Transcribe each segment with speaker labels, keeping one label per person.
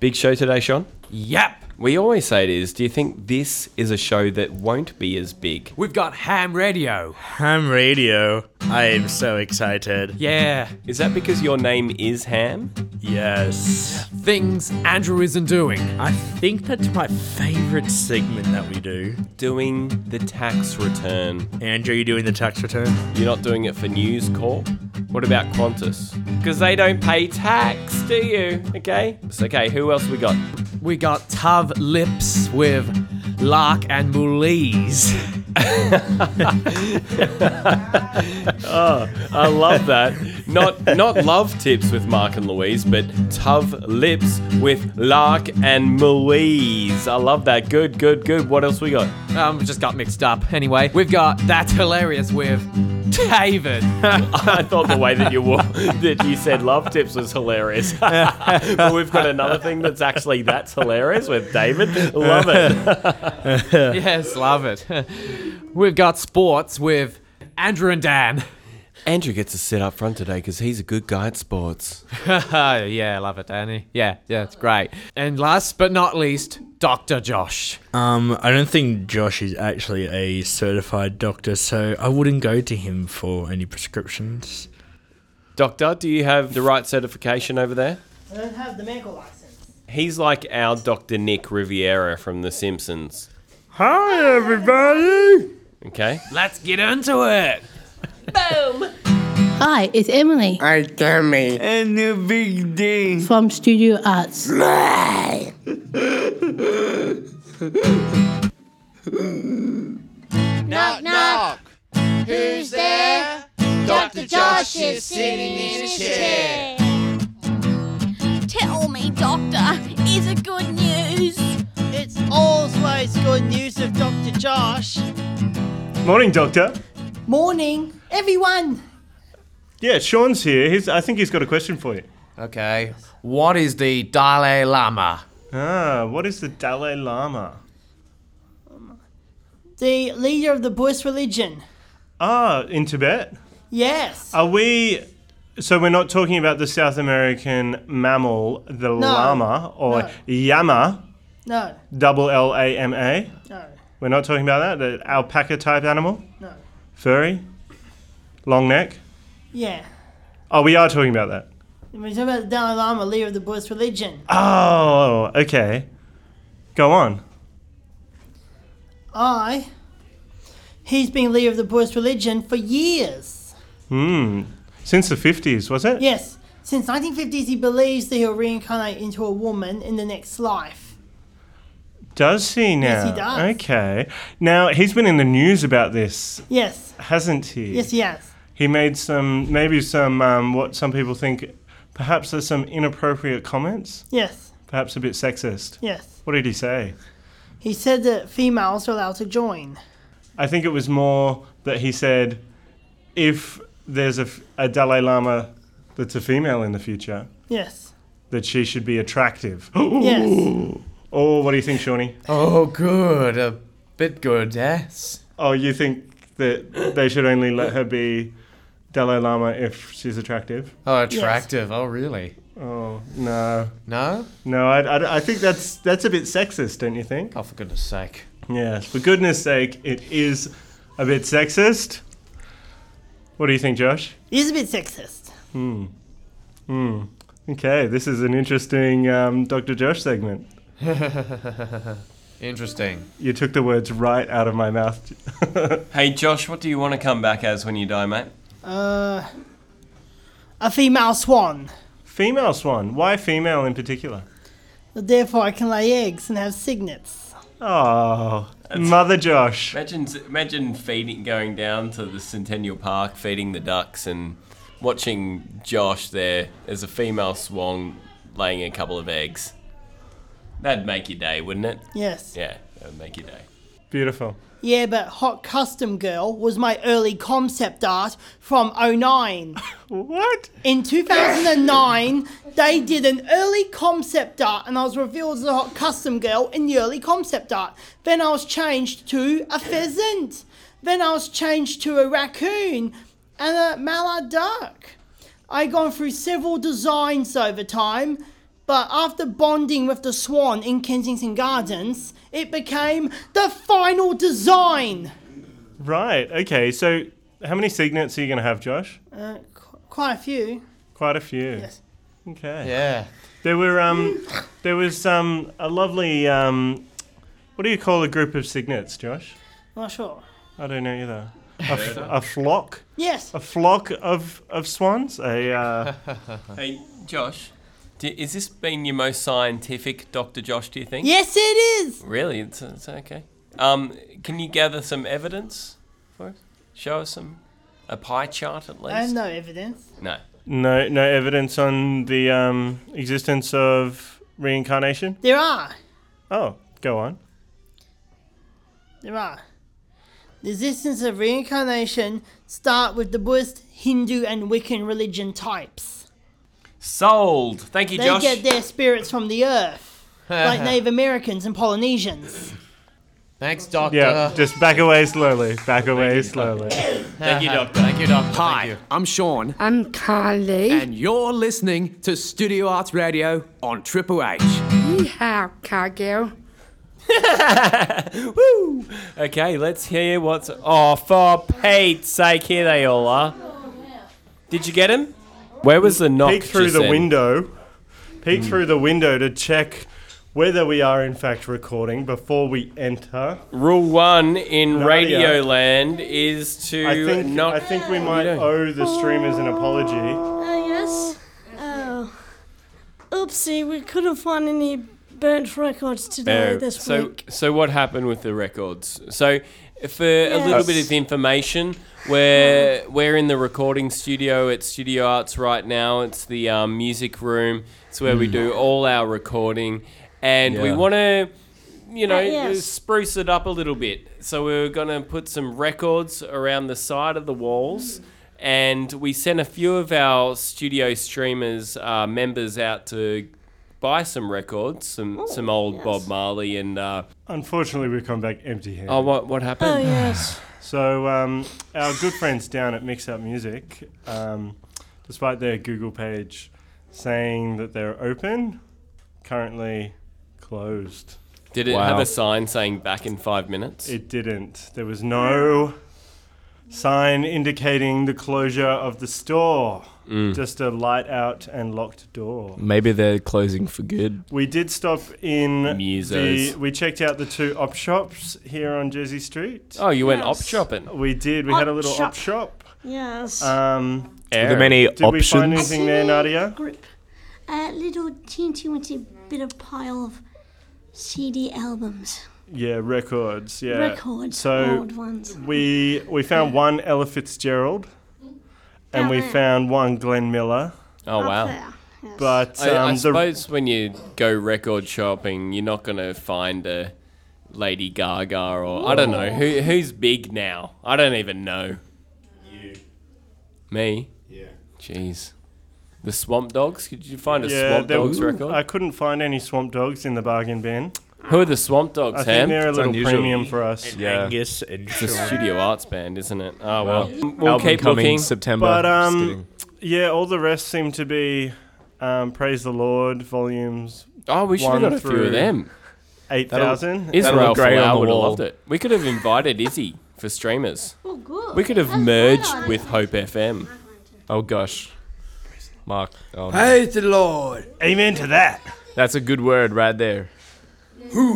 Speaker 1: Big show today, Sean.
Speaker 2: Yep.
Speaker 1: We always say it is. Do you think this is a show that won't be as big?
Speaker 2: We've got ham radio.
Speaker 3: Ham radio. I am so excited.
Speaker 2: Yeah.
Speaker 1: Is that because your name is Ham?
Speaker 3: Yes.
Speaker 2: Things Andrew isn't doing.
Speaker 3: I think that's my favorite segment that we do.
Speaker 1: Doing the tax return.
Speaker 3: Andrew, you doing the tax return?
Speaker 1: You're not doing it for News Corp? What about Qantas? Because they don't pay tax, do you? Okay? It's okay, who else we got?
Speaker 2: We got Tav Lips with Lark and Moolese.
Speaker 1: I love that. Not not love tips with Mark and Louise, but Tov Lips with Lark and Louise. I love that. Good, good, good. What else we got?
Speaker 2: Um, just got mixed up. Anyway, we've got That's Hilarious with David.
Speaker 1: I thought the way that you wore, that you said love tips was hilarious. but we've got another thing that's actually that's hilarious with David. Love it.
Speaker 2: yes, love it. we've got Sports with Andrew and Dan.
Speaker 1: Andrew gets to sit up front today because he's a good guy at sports.
Speaker 2: yeah, love it, Danny. Yeah, yeah, it's great. And last but not least, Dr. Josh.
Speaker 3: Um, I don't think Josh is actually a certified doctor, so I wouldn't go to him for any prescriptions.
Speaker 1: Doctor, do you have the right certification over there?
Speaker 4: I don't have the medical license.
Speaker 1: He's like our Dr. Nick Riviera from The Simpsons.
Speaker 3: Hi, everybody!
Speaker 1: Okay?
Speaker 2: Let's get into it.
Speaker 5: Hi, it's Emily
Speaker 6: I tell me.
Speaker 3: And a big day.
Speaker 5: from Studio Arts.
Speaker 6: Knock, knock. Who's there? Dr. Josh is sitting in his chair.
Speaker 7: Tell me, Doctor, is it good news?
Speaker 4: It's always good news of Dr. Josh.
Speaker 8: Morning, Doctor.
Speaker 4: Morning, everyone.
Speaker 8: Yeah, Sean's here. He's, I think he's got a question for you.
Speaker 2: Okay, what is the Dalai Lama?
Speaker 8: Ah, what is the Dalai Lama?
Speaker 4: The leader of the Buddhist religion.
Speaker 8: Ah, in Tibet?
Speaker 4: Yes.
Speaker 8: Are we. So we're not talking about the South American mammal, the llama, or
Speaker 4: no.
Speaker 8: llama,
Speaker 4: No,
Speaker 8: double L A M A?
Speaker 4: no,
Speaker 8: We're not talking about that? The alpaca type animal?
Speaker 4: no.
Speaker 8: Furry? Long neck?
Speaker 4: Yeah.
Speaker 8: Oh, we are talking about that.
Speaker 4: We're talking about the Dalai Lama, leader of the Buddhist religion.
Speaker 8: Oh, okay. Go on.
Speaker 4: I. He's been leader of the Buddhist religion for years.
Speaker 8: Hmm. Since the 50s, was it?
Speaker 4: Yes, since 1950s, he believes that he'll reincarnate into a woman in the next life.
Speaker 8: Does he now?
Speaker 4: Yes, he does.
Speaker 8: Okay. Now he's been in the news about this,
Speaker 4: Yes,
Speaker 8: hasn't he?
Speaker 4: yes, he has.
Speaker 8: He made some, maybe some, um, what some people think, perhaps there's some inappropriate comments,
Speaker 4: Yes,
Speaker 8: perhaps a bit sexist.
Speaker 4: yes.
Speaker 8: What did he say?
Speaker 4: He said that females are allowed to join.
Speaker 8: I think it was more that he said, if there's a, f- a Dalai Lama that's a female in the future,
Speaker 4: Yes,
Speaker 8: that she should be attractive.
Speaker 4: yes.
Speaker 8: oh, what do you think, Shawnee?
Speaker 2: Oh, good. A bit good, yes.
Speaker 8: Oh, you think that they should only let her be Dalai Lama if she's attractive?
Speaker 2: Oh, attractive. Oh, really?
Speaker 8: Oh no,
Speaker 2: No?
Speaker 8: no! I, I, I think that's that's a bit sexist, don't you think?
Speaker 2: Oh, for goodness sake.
Speaker 8: Yes, for goodness sake, it is a bit sexist. What do you think, Josh? Hmm.
Speaker 4: It is a bit sexist.
Speaker 8: Okay, this is an interesting um, Dr. Josh segment.
Speaker 2: Interesting.
Speaker 8: You took the words right out of my mouth.
Speaker 1: Hey, Josh, what do you want to come back as when you die, mate?
Speaker 4: Uh, a female swan.
Speaker 8: female swan. Why female in particular?
Speaker 4: Therefore, I can lay eggs and have cygnets.
Speaker 8: Oh, Mother Josh.
Speaker 1: Imagine, imagine feeding, going down to the Centennial Park, feeding the ducks, and watching Josh there as a female swan laying a couple of eggs. That'd make your day, wouldn't it?
Speaker 4: Yes.
Speaker 1: Yeah, that'd make your day.
Speaker 8: Beautiful.
Speaker 4: Yeah, but Hot Custom Girl was my early concept art from 09.
Speaker 8: What?
Speaker 4: In 2009, they did an early concept art, and I was revealed as a Hot Custom Girl in the early concept art. Then I was changed to a pheasant. Then I was changed to a raccoon and a mallard duck. I've gone through several designs over time, But after bonding with the swan in Kensington Gardens, it became the final design.
Speaker 8: Right. Okay. So, how many signets are you going to have, Josh?
Speaker 4: Uh, qu- quite a few.
Speaker 8: Quite a few.
Speaker 4: Yes.
Speaker 8: Okay.
Speaker 6: Yeah.
Speaker 8: There were um, there was um, a lovely um, what do you call a group of signets, Josh?
Speaker 4: Not sure.
Speaker 8: I don't know either. A, f- a flock,
Speaker 4: Yes.
Speaker 8: a flock of of swans. A uh,
Speaker 1: Hey, Josh, do, is this been your most scientific, Doctor Josh? Do you think?
Speaker 4: Yes, it is.
Speaker 1: Really, it's, it's okay. Um, can you gather some evidence for us? Show us some a pie chart at least.
Speaker 4: I have no evidence.
Speaker 1: Uh, No.
Speaker 8: no no evidence on the um, existence of reincarnation.
Speaker 4: There are.
Speaker 8: Oh, go on.
Speaker 4: There are. The existence of reincarnation start with the Buddhist, Hindu, and Wiccan religion types.
Speaker 1: Sold. Thank you,
Speaker 4: They
Speaker 1: Josh.
Speaker 4: get their spirits from the earth, like Native Americans and Polynesians.
Speaker 6: Thanks, Doctor.
Speaker 8: Yeah,
Speaker 2: Uh.
Speaker 8: just back away slowly. Back away slowly.
Speaker 1: Thank you, Doctor.
Speaker 6: Thank you, Doctor. Thank
Speaker 2: Hi,
Speaker 6: you.
Speaker 2: I'm Sean,
Speaker 9: I'm Carly.
Speaker 2: and you're listening to Studio Arts Radio on Triple H.
Speaker 9: Yeehaw, Cargill.
Speaker 1: Woo! Okay, let's hear what's. Oh, for Pete's sake, here they all are. Did you get him? Where was the knock?
Speaker 8: Peek through
Speaker 1: just
Speaker 8: the
Speaker 1: then? Hmm.
Speaker 8: window. Peek through the window to check whether we are in fact recording before we enter.
Speaker 1: Rule one in
Speaker 8: Radio.
Speaker 1: Radioland is to
Speaker 8: I think
Speaker 1: knock.
Speaker 8: I think we might
Speaker 1: don't.
Speaker 8: owe the streamers an apology.
Speaker 10: I guess. Oh. Oopsie, we couldn't find any burnt records today
Speaker 1: Uh,
Speaker 10: this
Speaker 1: so,
Speaker 10: week.
Speaker 1: so what happened with the records? So, for a little bit of information, we're we're in the recording studio at Studio Arts right now. It's the um, music room. It's where we do all our recording, and we
Speaker 8: Hmm. Yeah.
Speaker 1: want to, you know,
Speaker 10: Uh, yes.
Speaker 1: spruce it up a little bit. So we were gonna put some records around the side of the walls. And we sent a few of our studio streamers uh, members out to buy some records, some some old Bob Marley and uh,
Speaker 8: Unfortunately, we've come back empty-handed.
Speaker 1: oh, what what
Speaker 10: Oh,
Speaker 1: happened?
Speaker 10: yes.
Speaker 8: So um, our good friends down at Mix Up Music, um, despite their Google page saying that they're open, currently closed.
Speaker 1: Did it
Speaker 2: Wow.
Speaker 1: have a sign saying back in five minutes?
Speaker 8: It didn't. There was no sign indicating the closure of the store.
Speaker 1: Mm.
Speaker 8: Just a light out and locked door.
Speaker 2: Maybe they're closing for good.
Speaker 8: We did stop in
Speaker 1: Musos.
Speaker 8: the. We checked out the two op shops here on Jersey Street.
Speaker 1: oh, you went
Speaker 10: Yes.
Speaker 1: op shopping.
Speaker 8: We did. We had a little
Speaker 10: Op
Speaker 8: op shop.
Speaker 10: Yes.
Speaker 8: Um,
Speaker 1: Aaron.
Speaker 8: did we find anything there, Nadia?
Speaker 10: Group. A little teeny weeny bit of pile of CD albums,
Speaker 8: Yeah, records. Yeah,
Speaker 10: records,
Speaker 8: So
Speaker 10: old ones.
Speaker 8: we we found one Ella Fitzgerald, and we found one Glenn Miller.
Speaker 1: Oh wow.
Speaker 8: But um,
Speaker 1: I, I
Speaker 8: the
Speaker 1: suppose when you go record shopping, you're not gonna find a Lady Gaga or I don't know who who's big now. I don't even know. You. Me. Yeah. Jeez. The Swamp Dogs? Could you find a
Speaker 8: yeah,
Speaker 1: Swamp
Speaker 8: there-
Speaker 1: Dogs record?
Speaker 8: I couldn't find any Swamp Dogs in the bargain bin.
Speaker 1: Who are the Swamp
Speaker 8: I
Speaker 1: Dogs,
Speaker 8: think
Speaker 1: Ham?
Speaker 8: they're a little
Speaker 2: unusual.
Speaker 8: premium for us.
Speaker 2: Yeah.
Speaker 3: Angus and
Speaker 1: It's a studio arts band, isn't it? Oh well. We'll
Speaker 2: Album
Speaker 1: keep
Speaker 2: coming
Speaker 1: looking.
Speaker 2: September.
Speaker 8: But
Speaker 2: Just
Speaker 8: um,
Speaker 2: kidding.
Speaker 8: yeah, all the rest seem to be um, praise the Lord volumes
Speaker 1: Oh, we should have
Speaker 8: one
Speaker 1: got a few
Speaker 8: through-
Speaker 1: of them.
Speaker 8: eight thousand.
Speaker 1: Israel
Speaker 2: look great on
Speaker 1: Flower
Speaker 2: the
Speaker 1: would have
Speaker 2: wall.
Speaker 1: loved it. We could have invited Izzy for streamers.
Speaker 10: Oh, good.
Speaker 1: We could have merged with Hope FM.
Speaker 2: oh gosh, Mark. Oh, no.
Speaker 3: Praise the Lord.
Speaker 8: Amen to that.
Speaker 2: That's a good word right there.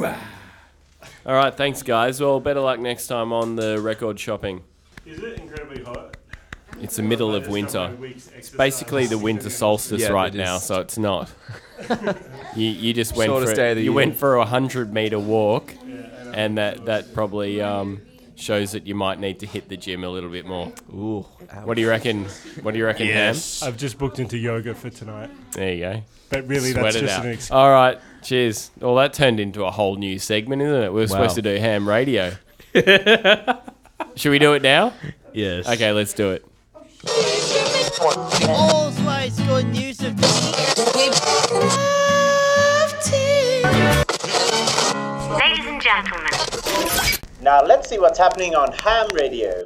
Speaker 1: All right, thanks guys. Well, better luck next time on the record shopping.
Speaker 8: Is it incredibly hot?
Speaker 1: It's the middle of winter. Basically, the winter solstice
Speaker 2: Yeah,
Speaker 1: right
Speaker 2: it
Speaker 1: now,
Speaker 2: is.
Speaker 1: so it's not. you, you just went
Speaker 2: Shortest
Speaker 1: for
Speaker 2: day
Speaker 1: it-
Speaker 2: of the
Speaker 1: you
Speaker 2: year.
Speaker 1: went for a hundred meter walk, and that that probably um, shows that you might need to hit the gym a little bit more. Ooh, what do you reckon? What do you reckon, yes.
Speaker 8: I've just booked into yoga for tonight,
Speaker 1: There you go.
Speaker 8: but really
Speaker 1: Sweat
Speaker 8: that's
Speaker 1: it
Speaker 8: just
Speaker 1: out.
Speaker 8: an excuse.
Speaker 1: All right, cheers. Well, that turned into a whole new segment, isn't it? We were supposed
Speaker 2: Wow.
Speaker 1: to do ham radio. Should we do it now?
Speaker 3: Yes.
Speaker 1: Okay, let's do it.
Speaker 6: Always good news of
Speaker 10: Ladies and gentlemen.
Speaker 6: Now let's see what's happening on Ham Radio.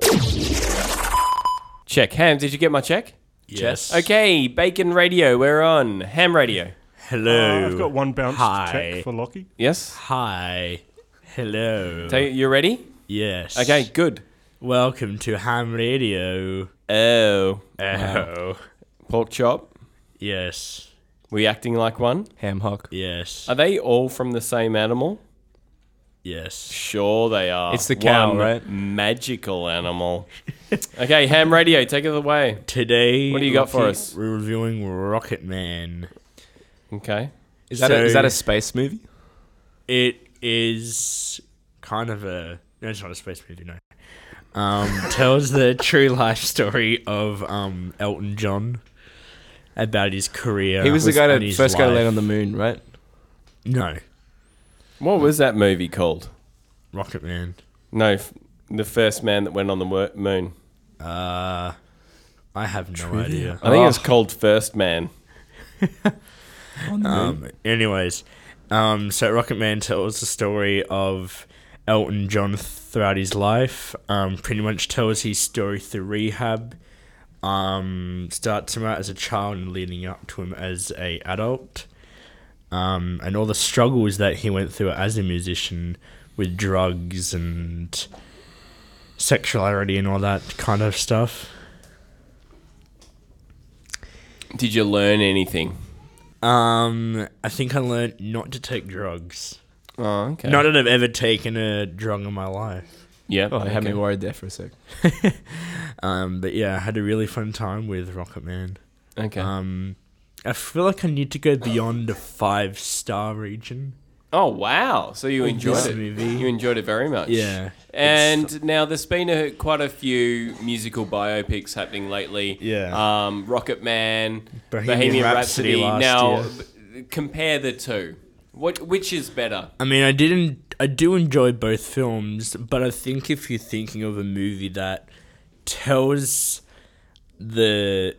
Speaker 1: Check. Ham, did you get my check?
Speaker 3: Yes.
Speaker 1: Okay, Bacon Radio, we're on. Ham Radio.
Speaker 3: Hello.
Speaker 8: Uh, I've got one bounce
Speaker 3: Hi.
Speaker 8: check for Lockie.
Speaker 1: Yes.
Speaker 3: Hi. Hello.
Speaker 1: Take- you ready?
Speaker 3: Yes.
Speaker 1: Okay, good.
Speaker 3: Welcome to Ham Radio.
Speaker 1: Oh.
Speaker 3: Oh.
Speaker 1: Pork chop.
Speaker 3: Yes.
Speaker 1: We acting like one?
Speaker 11: Ham hock.
Speaker 3: Yes.
Speaker 2: Uh,
Speaker 1: Are they all from the same animal?
Speaker 3: Yes.
Speaker 1: Sure, they are.
Speaker 11: It's the cow,
Speaker 1: One
Speaker 11: right?
Speaker 1: Magical animal. okay, ham radio, take it away.
Speaker 3: Today,
Speaker 1: What do you got for
Speaker 3: Rocky,
Speaker 1: us?
Speaker 3: We're reviewing Rocket Man.
Speaker 1: Okay.
Speaker 11: Is that, a, is that a space movie?
Speaker 3: It is kind of a. No, it's not a space movie. No. Um, tells the true life story of um, Elton John about his career.
Speaker 11: he was the guy
Speaker 3: and
Speaker 11: that
Speaker 3: his
Speaker 11: first guy to
Speaker 3: life.
Speaker 11: land on the moon, right?
Speaker 3: No,
Speaker 1: What was that movie called?
Speaker 3: Rocket Man.
Speaker 1: No, f- the first man that went on the wor- moon.
Speaker 3: Uh, I have no idea.
Speaker 1: I think it's Oh. called First Man.
Speaker 3: Um, anyways, um, so Rocket Man tells the story of Elton John throughout his life. Um, pretty much tells his story through rehab. Um, starts him out as a child and leading up to him as a adult. Um, and all the struggles that he went through as a musician with drugs and sexuality and all that kind of stuff.
Speaker 1: Did you learn anything?
Speaker 3: Um, I think I learned not to take drugs.
Speaker 1: Oh, okay.
Speaker 3: Not that I've ever taken a drug in my life.
Speaker 1: yeah.
Speaker 11: Oh, you had me
Speaker 1: okay.
Speaker 11: worried there for a sec.
Speaker 3: Um, but yeah, I had a really fun time with Rocket Man.
Speaker 1: Okay.
Speaker 3: Um, I feel like I need to go beyond the five star region.
Speaker 1: oh wow! So you enjoyed
Speaker 3: this
Speaker 1: it.
Speaker 3: movie.
Speaker 1: You enjoyed it very much.
Speaker 3: Yeah, it's
Speaker 1: And now there's been a, quite a few musical biopics happening lately.
Speaker 3: Yeah.
Speaker 1: Um, Rocket Man, Bohemian,
Speaker 3: Bohemian
Speaker 1: Rhapsody.
Speaker 3: Rhapsody last
Speaker 1: now,
Speaker 3: year.
Speaker 1: b- compare the two. What which is better?
Speaker 3: I mean, I didn't. I do enjoy both films, but I think if you're thinking of a movie that tells the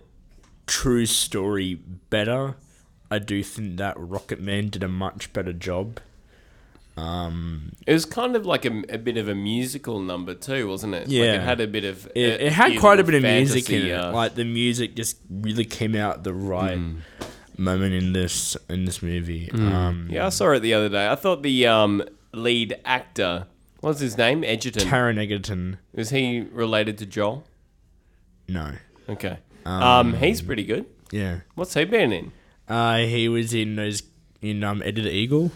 Speaker 3: true story better, I do think that Rocket Man did a much better job.
Speaker 1: It was kind of like a, a bit of a musical number too, wasn't it?
Speaker 3: Yeah.
Speaker 1: Like it had a bit of
Speaker 3: It,
Speaker 1: uh,
Speaker 3: it had
Speaker 1: feel
Speaker 3: quite a bit of music
Speaker 1: fantasy,
Speaker 3: in it.
Speaker 1: uh,
Speaker 3: like the music just really came out at the right
Speaker 1: Mm.
Speaker 3: moment in this in this movie. Um,
Speaker 1: yeah, I saw it the other day. I thought the um, lead actor, what's his name, Edgerton,
Speaker 3: Taron Egerton,
Speaker 1: is he related to Joel?
Speaker 3: no,
Speaker 1: Okay. Um, he's pretty good.
Speaker 3: yeah,
Speaker 1: What's he been in?
Speaker 3: uh, he was in those in um, Eddie the Eagle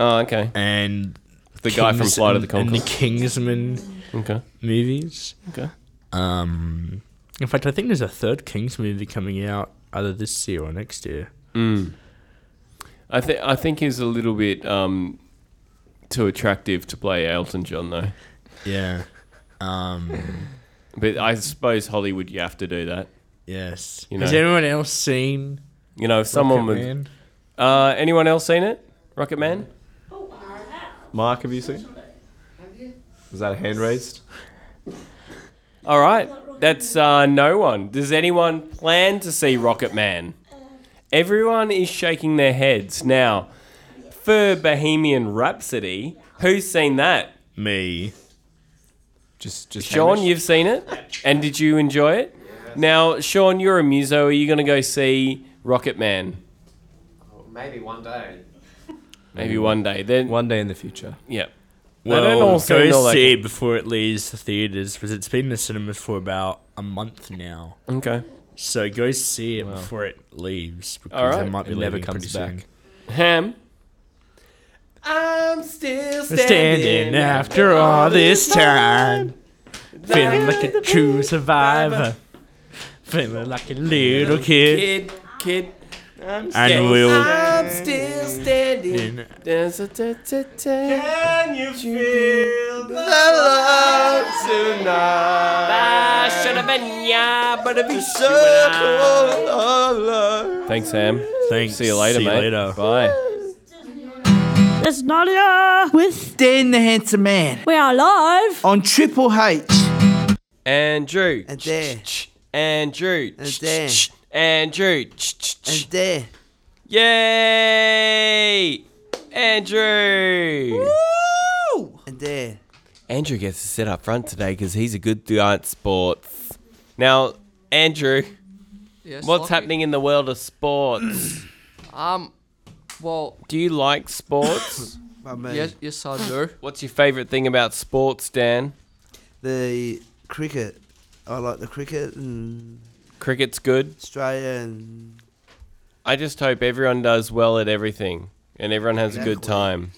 Speaker 1: Oh, okay.
Speaker 3: and
Speaker 1: The guy from
Speaker 3: Kings-
Speaker 1: Flight of the
Speaker 3: and- and the
Speaker 1: Conchords.
Speaker 3: Kingsman
Speaker 1: Okay.
Speaker 3: movies.
Speaker 1: Okay.
Speaker 3: Um, in fact, I think there's a third Kings movie coming out either this year or next year.
Speaker 1: I think I think he's a little bit um, too attractive to play Elton John though.
Speaker 3: Yeah. Um,
Speaker 1: But I suppose Hollywood, you have to do that.
Speaker 3: yes.
Speaker 1: You
Speaker 3: Has
Speaker 1: know.
Speaker 3: anyone else seen
Speaker 1: You know, if someone
Speaker 3: Rocket
Speaker 1: would.
Speaker 3: Man?
Speaker 1: Uh, anyone else seen it? Rocket Man.
Speaker 11: Mark, have you seen? Was that a hand raised?
Speaker 1: All right, that's uh, no one. Does anyone plan to see Rocket Man? Everyone is shaking their heads now. For Bohemian Rhapsody, who's seen that?
Speaker 3: Me.
Speaker 11: Just, just
Speaker 1: Sean,
Speaker 11: Hamish?
Speaker 1: you've seen it, and did you enjoy it? Now, Sean, you're a muso. Are you going to go see Rocket Man?
Speaker 12: Maybe one day.
Speaker 1: Maybe
Speaker 11: Mm.
Speaker 1: one day. Then,
Speaker 11: One day in the future.
Speaker 1: yeah.
Speaker 3: Well,
Speaker 1: they don't all seem to
Speaker 3: go
Speaker 1: like
Speaker 3: see
Speaker 1: it.
Speaker 3: it before it leaves the theaters because it's been in the cinemas for about a month now.
Speaker 1: Okay.
Speaker 3: So go see it before it leaves because
Speaker 1: All
Speaker 3: it
Speaker 1: right.
Speaker 3: might be
Speaker 11: It never
Speaker 3: leaving
Speaker 11: comes
Speaker 3: pretty
Speaker 11: back.
Speaker 3: soon.
Speaker 1: Ham. I'm still
Speaker 3: Standing after all this time, feeling like a true survivor, feeling like a little kid,
Speaker 1: Kid, kid. I'm
Speaker 3: and we'll.
Speaker 1: I'm still standing. There's a da, da, da. Can you feel the love tonight? I should have been yeah, but it be so Thanks, Sam.
Speaker 3: Thanks.
Speaker 1: See you later,
Speaker 3: See
Speaker 1: mate.
Speaker 3: You later.
Speaker 1: Bye.
Speaker 5: It's Nadia with
Speaker 12: Dan the Handsome Man
Speaker 5: We Are Live.
Speaker 12: on Triple H.
Speaker 1: Andrew.
Speaker 12: And there.
Speaker 1: Andrew.
Speaker 12: And there.
Speaker 1: Andrew.
Speaker 12: And there.
Speaker 1: Yay! Andrew.
Speaker 12: And there.
Speaker 1: Andrew gets to sit up front today because he's a good guy at sports. Now, Andrew, what's happening in the world of sports?
Speaker 13: Um, Well,
Speaker 1: Do you like sports?
Speaker 12: I mean-
Speaker 13: yes, yes, I do.
Speaker 1: What's your favourite thing about sports, Dan?
Speaker 12: The cricket. I like the cricket and
Speaker 1: Cricket's good.
Speaker 12: Australia and
Speaker 1: I just hope everyone does well at everything and everyone has a good
Speaker 12: Exactly.
Speaker 1: time.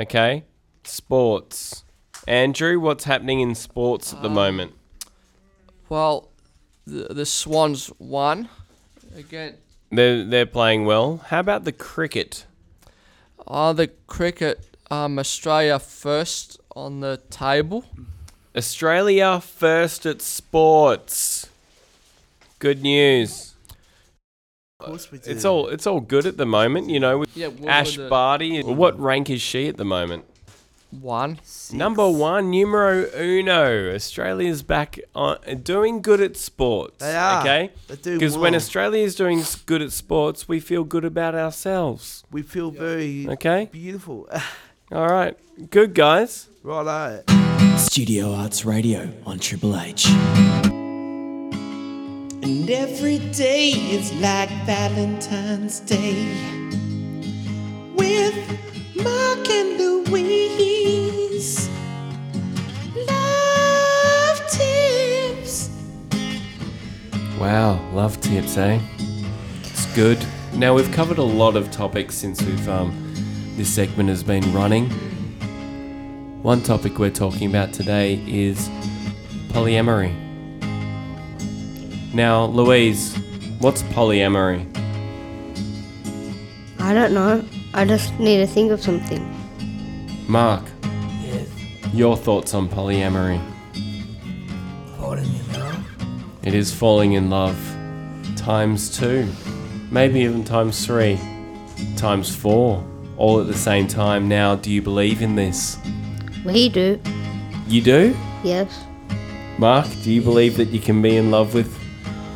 Speaker 1: Okay? Sports. Andrew, what's happening in sports at the
Speaker 13: Um,
Speaker 1: moment?
Speaker 13: Well, the, the Swans won again.
Speaker 1: They're, they're playing well. How about the cricket?
Speaker 13: Uh, the cricket, um, Australia first on the table.
Speaker 1: Australia first at sports. Good news.
Speaker 12: Of course we do.
Speaker 1: It's all it's all good at the moment, you know. With
Speaker 13: Yeah, what were
Speaker 1: Ash
Speaker 13: the-
Speaker 1: Barty. What rank is she at the moment?
Speaker 13: One.
Speaker 1: Number one, numero uno. Australia's back on doing good at sports.
Speaker 12: They are.
Speaker 1: Okay.
Speaker 12: They do
Speaker 1: Because when
Speaker 12: well.
Speaker 1: Australia is doing s- good at sports, we feel good about ourselves.
Speaker 12: We feel very
Speaker 1: Okay.
Speaker 12: beautiful.
Speaker 1: All right. Good guys.
Speaker 12: Righto.
Speaker 14: Studio Arts Radio on Triple H.
Speaker 6: And every day is like Valentine's Day with Mark and Louise. Love tips.
Speaker 1: Wow, love tips, eh? It's good. Now we've covered a lot of topics since we've um, this segment has been running. One topic we're talking about today is polyamory. Now, Louise, what's polyamory?
Speaker 15: I don't know. I just need to think of something.
Speaker 1: Mark, your thoughts on polyamory? It is falling in love. Times two. Maybe even times three. Times four. All at the same time now. Do you believe in this?
Speaker 15: We do.
Speaker 1: You do?
Speaker 15: Yes.
Speaker 1: Mark, do you believe that you can be in love with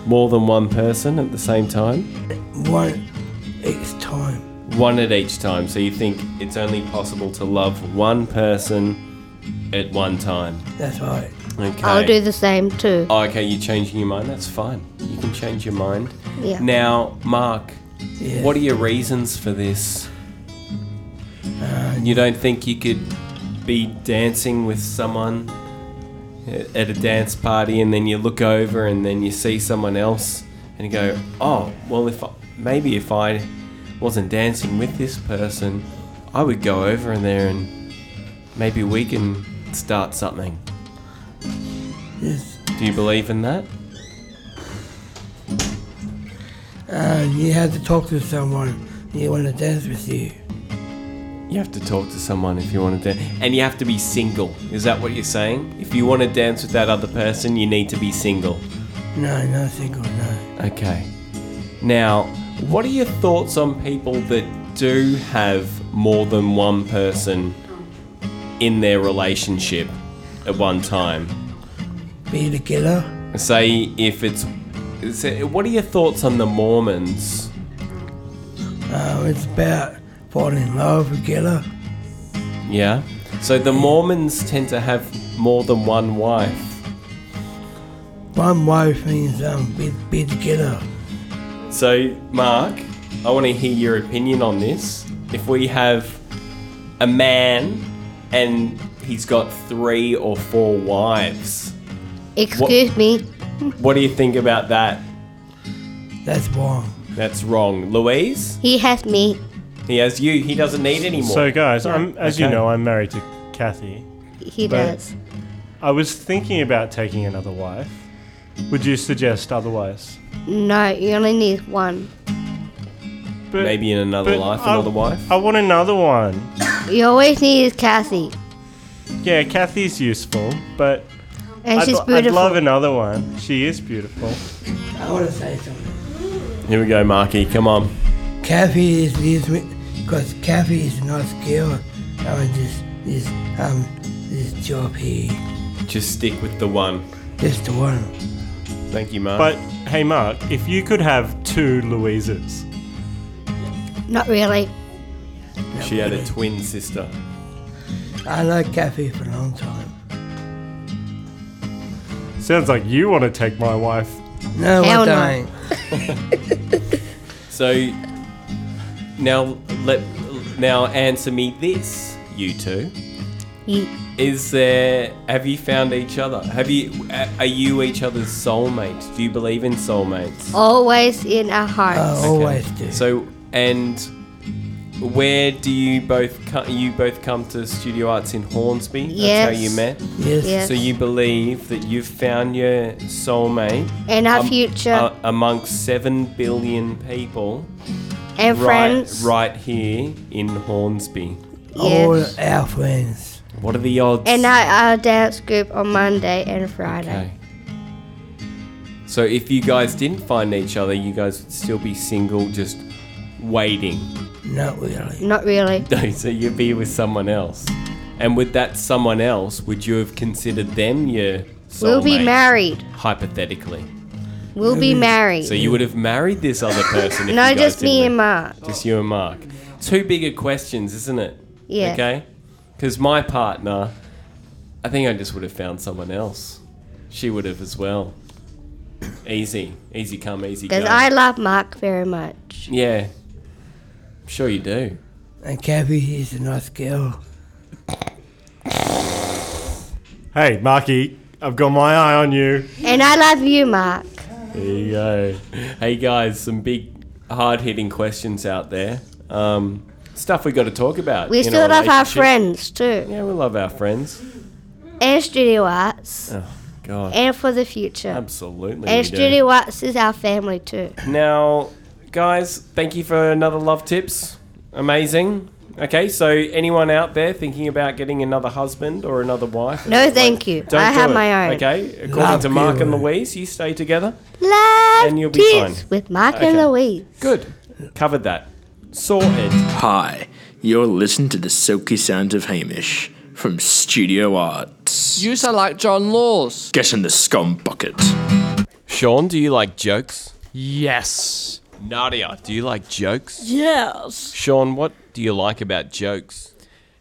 Speaker 1: more than one person at the same time?
Speaker 12: One each time.
Speaker 1: One at each time. So you think it's only possible to love one person at one time?
Speaker 15: That's right.
Speaker 1: Okay.
Speaker 15: I'll do the same too.
Speaker 1: Oh, okay, you're changing your mind. That's fine. You can change your mind.
Speaker 15: Yeah.
Speaker 1: Now, Mark,
Speaker 15: Yeah.
Speaker 1: what are your reasons for this? you don't think you could be dancing with someone a- at a dance party and then you look over and then you see someone else and you go, "Oh, well if I, maybe if I wasn't dancing with this person, I would go over in there and maybe we can start something."
Speaker 12: Yes.
Speaker 1: Do you believe in that?
Speaker 16: And you have to talk to someone you want to dance with you.
Speaker 1: You have to talk to someone if you want to dance. And you have to be single. Is that what you're saying? If you want to dance with that other person, you need to be single.
Speaker 16: No, no single, no.
Speaker 1: Okay. Now, what are your thoughts on people that do have more than one person in their relationship at one time?
Speaker 16: Be together.
Speaker 1: Say if it's. say- What are your thoughts on the Mormons?
Speaker 16: Uh, it's about falling in love together.
Speaker 1: Yeah. So the Mormons tend to have more than one wife.
Speaker 16: One wife means um, be, be together.
Speaker 1: So, Mark, I want to hear your opinion on this. If we have a man and he's got three or four wives,
Speaker 15: Excuse me.
Speaker 1: what do you think about that?
Speaker 16: That's wrong.
Speaker 1: That's wrong. Louise,
Speaker 15: He has me.
Speaker 1: he has you. He doesn't need any more.
Speaker 8: So, guys, I'm, as you
Speaker 1: Okay.
Speaker 8: know, I'm married to Kathy.
Speaker 15: He
Speaker 8: But
Speaker 15: does.
Speaker 8: I was thinking about taking another wife. Would you suggest otherwise?
Speaker 15: No, you only need one.
Speaker 1: maybe in another
Speaker 8: but
Speaker 1: life,
Speaker 8: I-
Speaker 1: another wife.
Speaker 8: I want another one.
Speaker 15: You always need Kathy.
Speaker 8: Yeah, Kathy's useful, but
Speaker 15: And
Speaker 8: I'd,
Speaker 15: she's
Speaker 8: lo- I'd love
Speaker 15: beautiful.
Speaker 8: another one. She is beautiful.
Speaker 16: I want to say something.
Speaker 1: Here we go, Marky. Come on.
Speaker 16: Kathy is this because Kathy is not skilled on this this um this job here.
Speaker 1: Just stick with the one.
Speaker 16: Just the one.
Speaker 1: Thank you, Mark.
Speaker 8: But hey, Mark, if you could have two Louises,
Speaker 15: Not really.
Speaker 1: she had a twin sister.
Speaker 16: I like Kathy for a long time.
Speaker 8: sounds like you want to take my wife.
Speaker 16: No,
Speaker 15: Hell
Speaker 16: I
Speaker 15: no.
Speaker 16: don't.
Speaker 1: So, Now let now answer me this, you two.
Speaker 15: Ye-
Speaker 1: Is there? Have you found each other? Have you? a- Are you each other's soulmate? Do you believe in soulmates?
Speaker 15: Always in our hearts.
Speaker 1: Oh, do. So and where do you both come? You both come to Studio Arts in Hornsby. That's how
Speaker 15: Yes.
Speaker 1: you met.
Speaker 15: Yes. Yes.
Speaker 1: So you believe that you've found your soulmate
Speaker 15: And our
Speaker 1: um,
Speaker 15: future.
Speaker 1: a- amongst seven billion people
Speaker 15: And
Speaker 1: right,
Speaker 15: friends.
Speaker 1: right here in Hornsby.
Speaker 15: Yes.
Speaker 16: All our friends.
Speaker 1: What are the odds?
Speaker 15: And our, our dance group on Monday and Friday.
Speaker 1: Okay. So if you guys didn't find each other, you guys would still be single, just waiting.
Speaker 16: Not really.
Speaker 15: Not really.
Speaker 1: No, so you'd be with someone else. And with that someone else, would you have considered them your soulmate?
Speaker 15: We'll be married.
Speaker 1: Hypothetically.
Speaker 15: We'll be married.
Speaker 1: So you would have married this other person if
Speaker 15: no,
Speaker 1: you guys
Speaker 15: just
Speaker 1: didn't
Speaker 15: me
Speaker 1: live-
Speaker 15: and Mark.
Speaker 1: Just you and Mark. Two bigger questions, isn't it?
Speaker 15: Yeah.
Speaker 1: Okay? Because my partner, I think I just would have found someone else. She would have as well. Easy. Easy come, easy go.
Speaker 15: Because I love Mark very much.
Speaker 1: Yeah. Sure you do.
Speaker 16: And Kathy is a nice girl.
Speaker 8: Hey, Marky, I've got my eye on you.
Speaker 15: And I love you, Mark.
Speaker 1: There you go. Hey guys, some big, hard-hitting questions out there. Um, stuff we got to talk about.
Speaker 15: We
Speaker 1: in a
Speaker 15: still love our
Speaker 1: relationship.
Speaker 15: friends too.
Speaker 1: Yeah, we love our friends.
Speaker 15: And Studio Arts.
Speaker 1: Oh God.
Speaker 15: And for the future.
Speaker 1: Absolutely.
Speaker 15: And
Speaker 1: we do.
Speaker 15: Studio Arts is our family too.
Speaker 1: Now, guys, thank you for another love tips. Amazing. Okay, so anyone out there thinking about getting another husband or another wife?
Speaker 15: No, thank you.
Speaker 1: Don't
Speaker 15: I
Speaker 1: do
Speaker 15: have
Speaker 1: it,
Speaker 15: my own.
Speaker 1: Okay, according
Speaker 15: Love
Speaker 1: to Mark
Speaker 15: you.
Speaker 1: and Louise, you stay together.
Speaker 15: Love
Speaker 1: And you'll be
Speaker 15: tips
Speaker 1: fine.
Speaker 15: with Mark and
Speaker 1: Okay.
Speaker 15: Louise.
Speaker 1: Good. Covered that. Sorted.
Speaker 17: Hi, you're listening to the silky sounds of Hamish from Studio Arts.
Speaker 13: You sound like John Laws.
Speaker 17: Get in the scum bucket.
Speaker 1: Sean, do you like jokes?
Speaker 2: Yes.
Speaker 1: Nadia, do you like jokes?
Speaker 5: Yes.
Speaker 1: Sean, what do you like about jokes?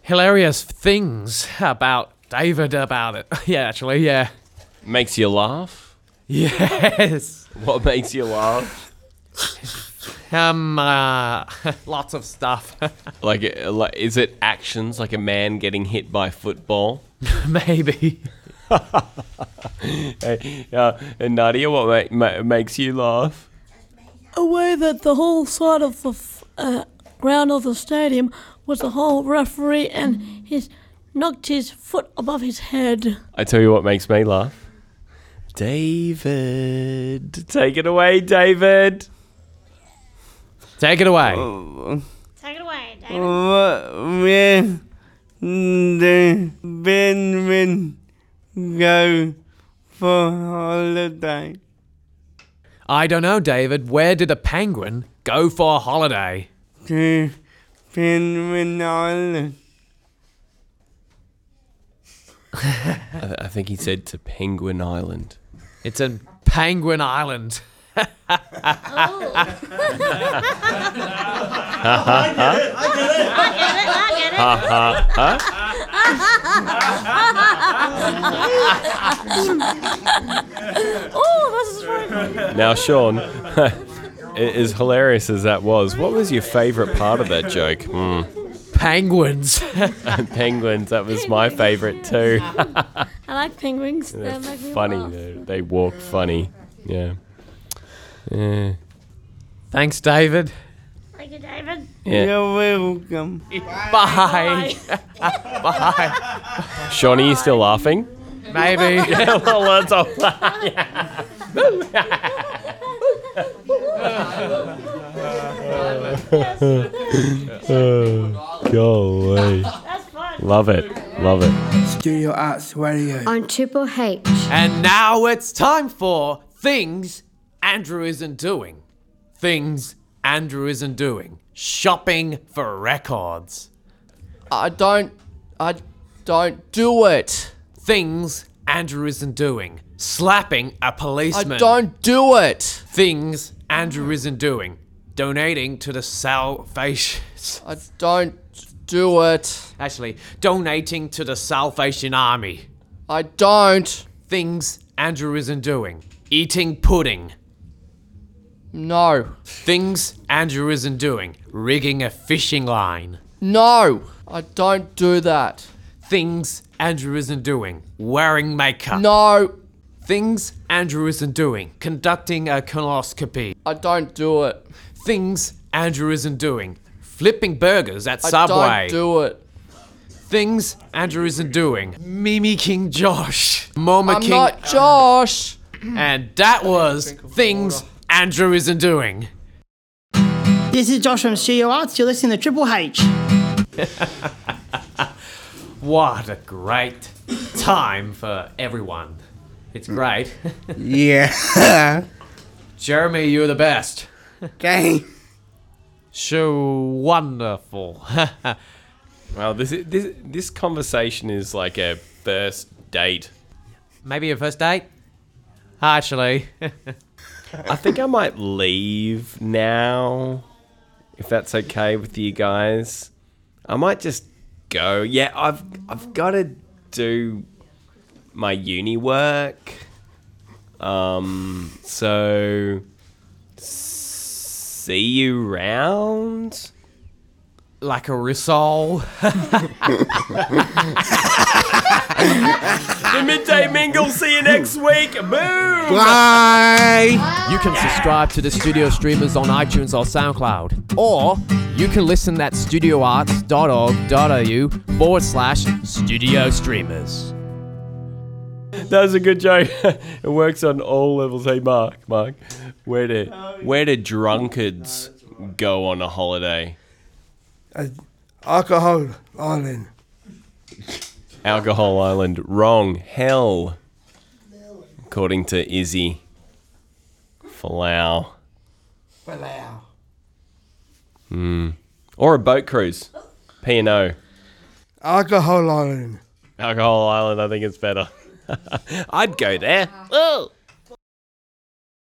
Speaker 2: Hilarious things about David about it. yeah, actually, yeah.
Speaker 1: Makes you laugh?
Speaker 2: Yes.
Speaker 1: What makes you laugh?
Speaker 2: Um, uh, lots of stuff.
Speaker 1: Like, uh, like, is it actions like a man getting hit by football?
Speaker 2: Maybe.
Speaker 1: Hey, uh, and Nadia, what ma- ma- makes you laugh?
Speaker 5: A way that the whole side of the f- uh, ground of the stadium was the whole referee and he's knocked his foot above his head.
Speaker 1: I tell you what makes me laugh. David, take it away, David.
Speaker 2: Take it away.
Speaker 18: Take it away, David. the Benjamin go for holiday?
Speaker 2: I don't know, David. Where did a penguin go for a holiday?
Speaker 18: To Penguin Island.
Speaker 1: I, th- I think he said to Penguin Island.
Speaker 2: It's in Penguin Island.
Speaker 5: oh, this is right.
Speaker 1: Now, Sean, i- as hilarious as that was, what was your favourite part of that joke? Hmm.
Speaker 2: Penguins.
Speaker 1: Penguins, that was my favourite too.
Speaker 5: I like penguins. They
Speaker 1: They're
Speaker 5: make me
Speaker 1: funny,
Speaker 5: laugh.
Speaker 1: they, they walk funny. Yeah. Yeah.
Speaker 2: Thanks, David.
Speaker 18: Thank you, David.
Speaker 1: Yeah.
Speaker 18: You're welcome.
Speaker 2: Bye. Bye.
Speaker 1: Sean, are you still laughing?
Speaker 2: Maybe.
Speaker 1: Yeah, well, let's all laugh.
Speaker 8: Go away.
Speaker 1: Love it. Love it.
Speaker 16: Studio Arts Radio.
Speaker 15: On Triple H.
Speaker 2: And now it's time for things Andrew isn't doing. Things Andrew isn't doing. Shopping for records.
Speaker 13: I don't. I don't do it.
Speaker 2: Things Andrew isn't doing. Slapping a policeman.
Speaker 13: I don't do it.
Speaker 2: Things Andrew isn't doing. Donating to the Salvation.
Speaker 13: I don't do it.
Speaker 2: Actually, donating to the Salvation Army.
Speaker 13: I don't.
Speaker 2: Things Andrew isn't doing. Eating pudding.
Speaker 13: No.
Speaker 2: Things Andrew isn't doing. Rigging a fishing line.
Speaker 13: No. I don't do that.
Speaker 2: Things Andrew isn't doing. Wearing makeup.
Speaker 13: No.
Speaker 2: Things Andrew isn't doing. Conducting a colonoscopy.
Speaker 13: I don't do it.
Speaker 2: Things Andrew isn't doing. Flipping burgers at
Speaker 13: I
Speaker 2: Subway.
Speaker 13: don't do it.
Speaker 2: Things Andrew isn't doing. Mimicking Josh. Moma
Speaker 13: I'm
Speaker 2: King.
Speaker 13: not Josh.
Speaker 2: and that was Things Andrew isn't doing.
Speaker 4: This is Josh from Studio Arts. You're listening to Triple H.
Speaker 2: What a great time for everyone. It's great.
Speaker 18: Yeah.
Speaker 2: Jeremy, you're the best.
Speaker 18: Okay.
Speaker 2: So wonderful.
Speaker 1: Wow, this is, this this conversation is like a first date.
Speaker 2: Maybe a first date? Actually.
Speaker 1: I think I might leave now, if that's okay with you guys. I might just go. Yeah, I've I've got to do my uni work. Um, so see you round.
Speaker 2: Like a risol.
Speaker 1: the midday mingle. See you next week. Boom.
Speaker 2: You can subscribe to the studio streamers on iTunes or SoundCloud. Or you can listen at studioarts.org.au forward slash studio streamers.
Speaker 1: That was a good joke. it works on all levels. Hey, Mark, Mark, where do where do drunkards go on a holiday?
Speaker 16: Uh, alcohol island.
Speaker 1: Alcohol Island. Wrong. Hell. According to Izzy. Falau.
Speaker 16: Wow.
Speaker 1: Hmm. Or a boat cruise. P and O.
Speaker 16: Alcohol island.
Speaker 1: Alcohol Island. I think it's better. I'd go there. Oh.